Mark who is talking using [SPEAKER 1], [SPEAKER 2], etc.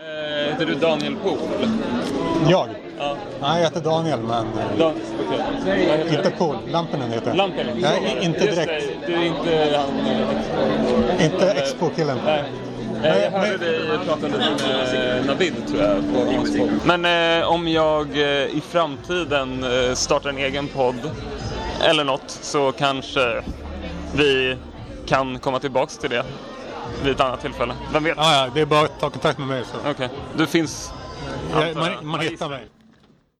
[SPEAKER 1] Eh, Heter du Daniel Pohl?
[SPEAKER 2] Jag?
[SPEAKER 1] Ja.
[SPEAKER 2] Nej, jag heter Daniel, men eh,
[SPEAKER 1] Dan- okej. Vad heter
[SPEAKER 2] inte
[SPEAKER 1] du?
[SPEAKER 2] Pool. Lampinen heter jag.
[SPEAKER 1] Lampinen?
[SPEAKER 2] Nej, inte
[SPEAKER 1] Just
[SPEAKER 2] direkt.
[SPEAKER 1] det, Du är inte han... eh, Expo.
[SPEAKER 2] Inte Expo-killen.
[SPEAKER 1] Nej. Eh, Jag
[SPEAKER 2] Nej,
[SPEAKER 1] hörde
[SPEAKER 2] nej.
[SPEAKER 1] dig prata lite med Navid tror jag på hans podd. Men eh, om jag eh, i framtiden eh, startar en egen podd eller något så kanske vi kan komma tillbaks till det vid ett annat tillfälle. Vem vet?
[SPEAKER 2] Ja, ja, det är bara att ta kontakt med mig. Så.
[SPEAKER 1] Okej, du finns...
[SPEAKER 2] Jag, man, man hittar mig.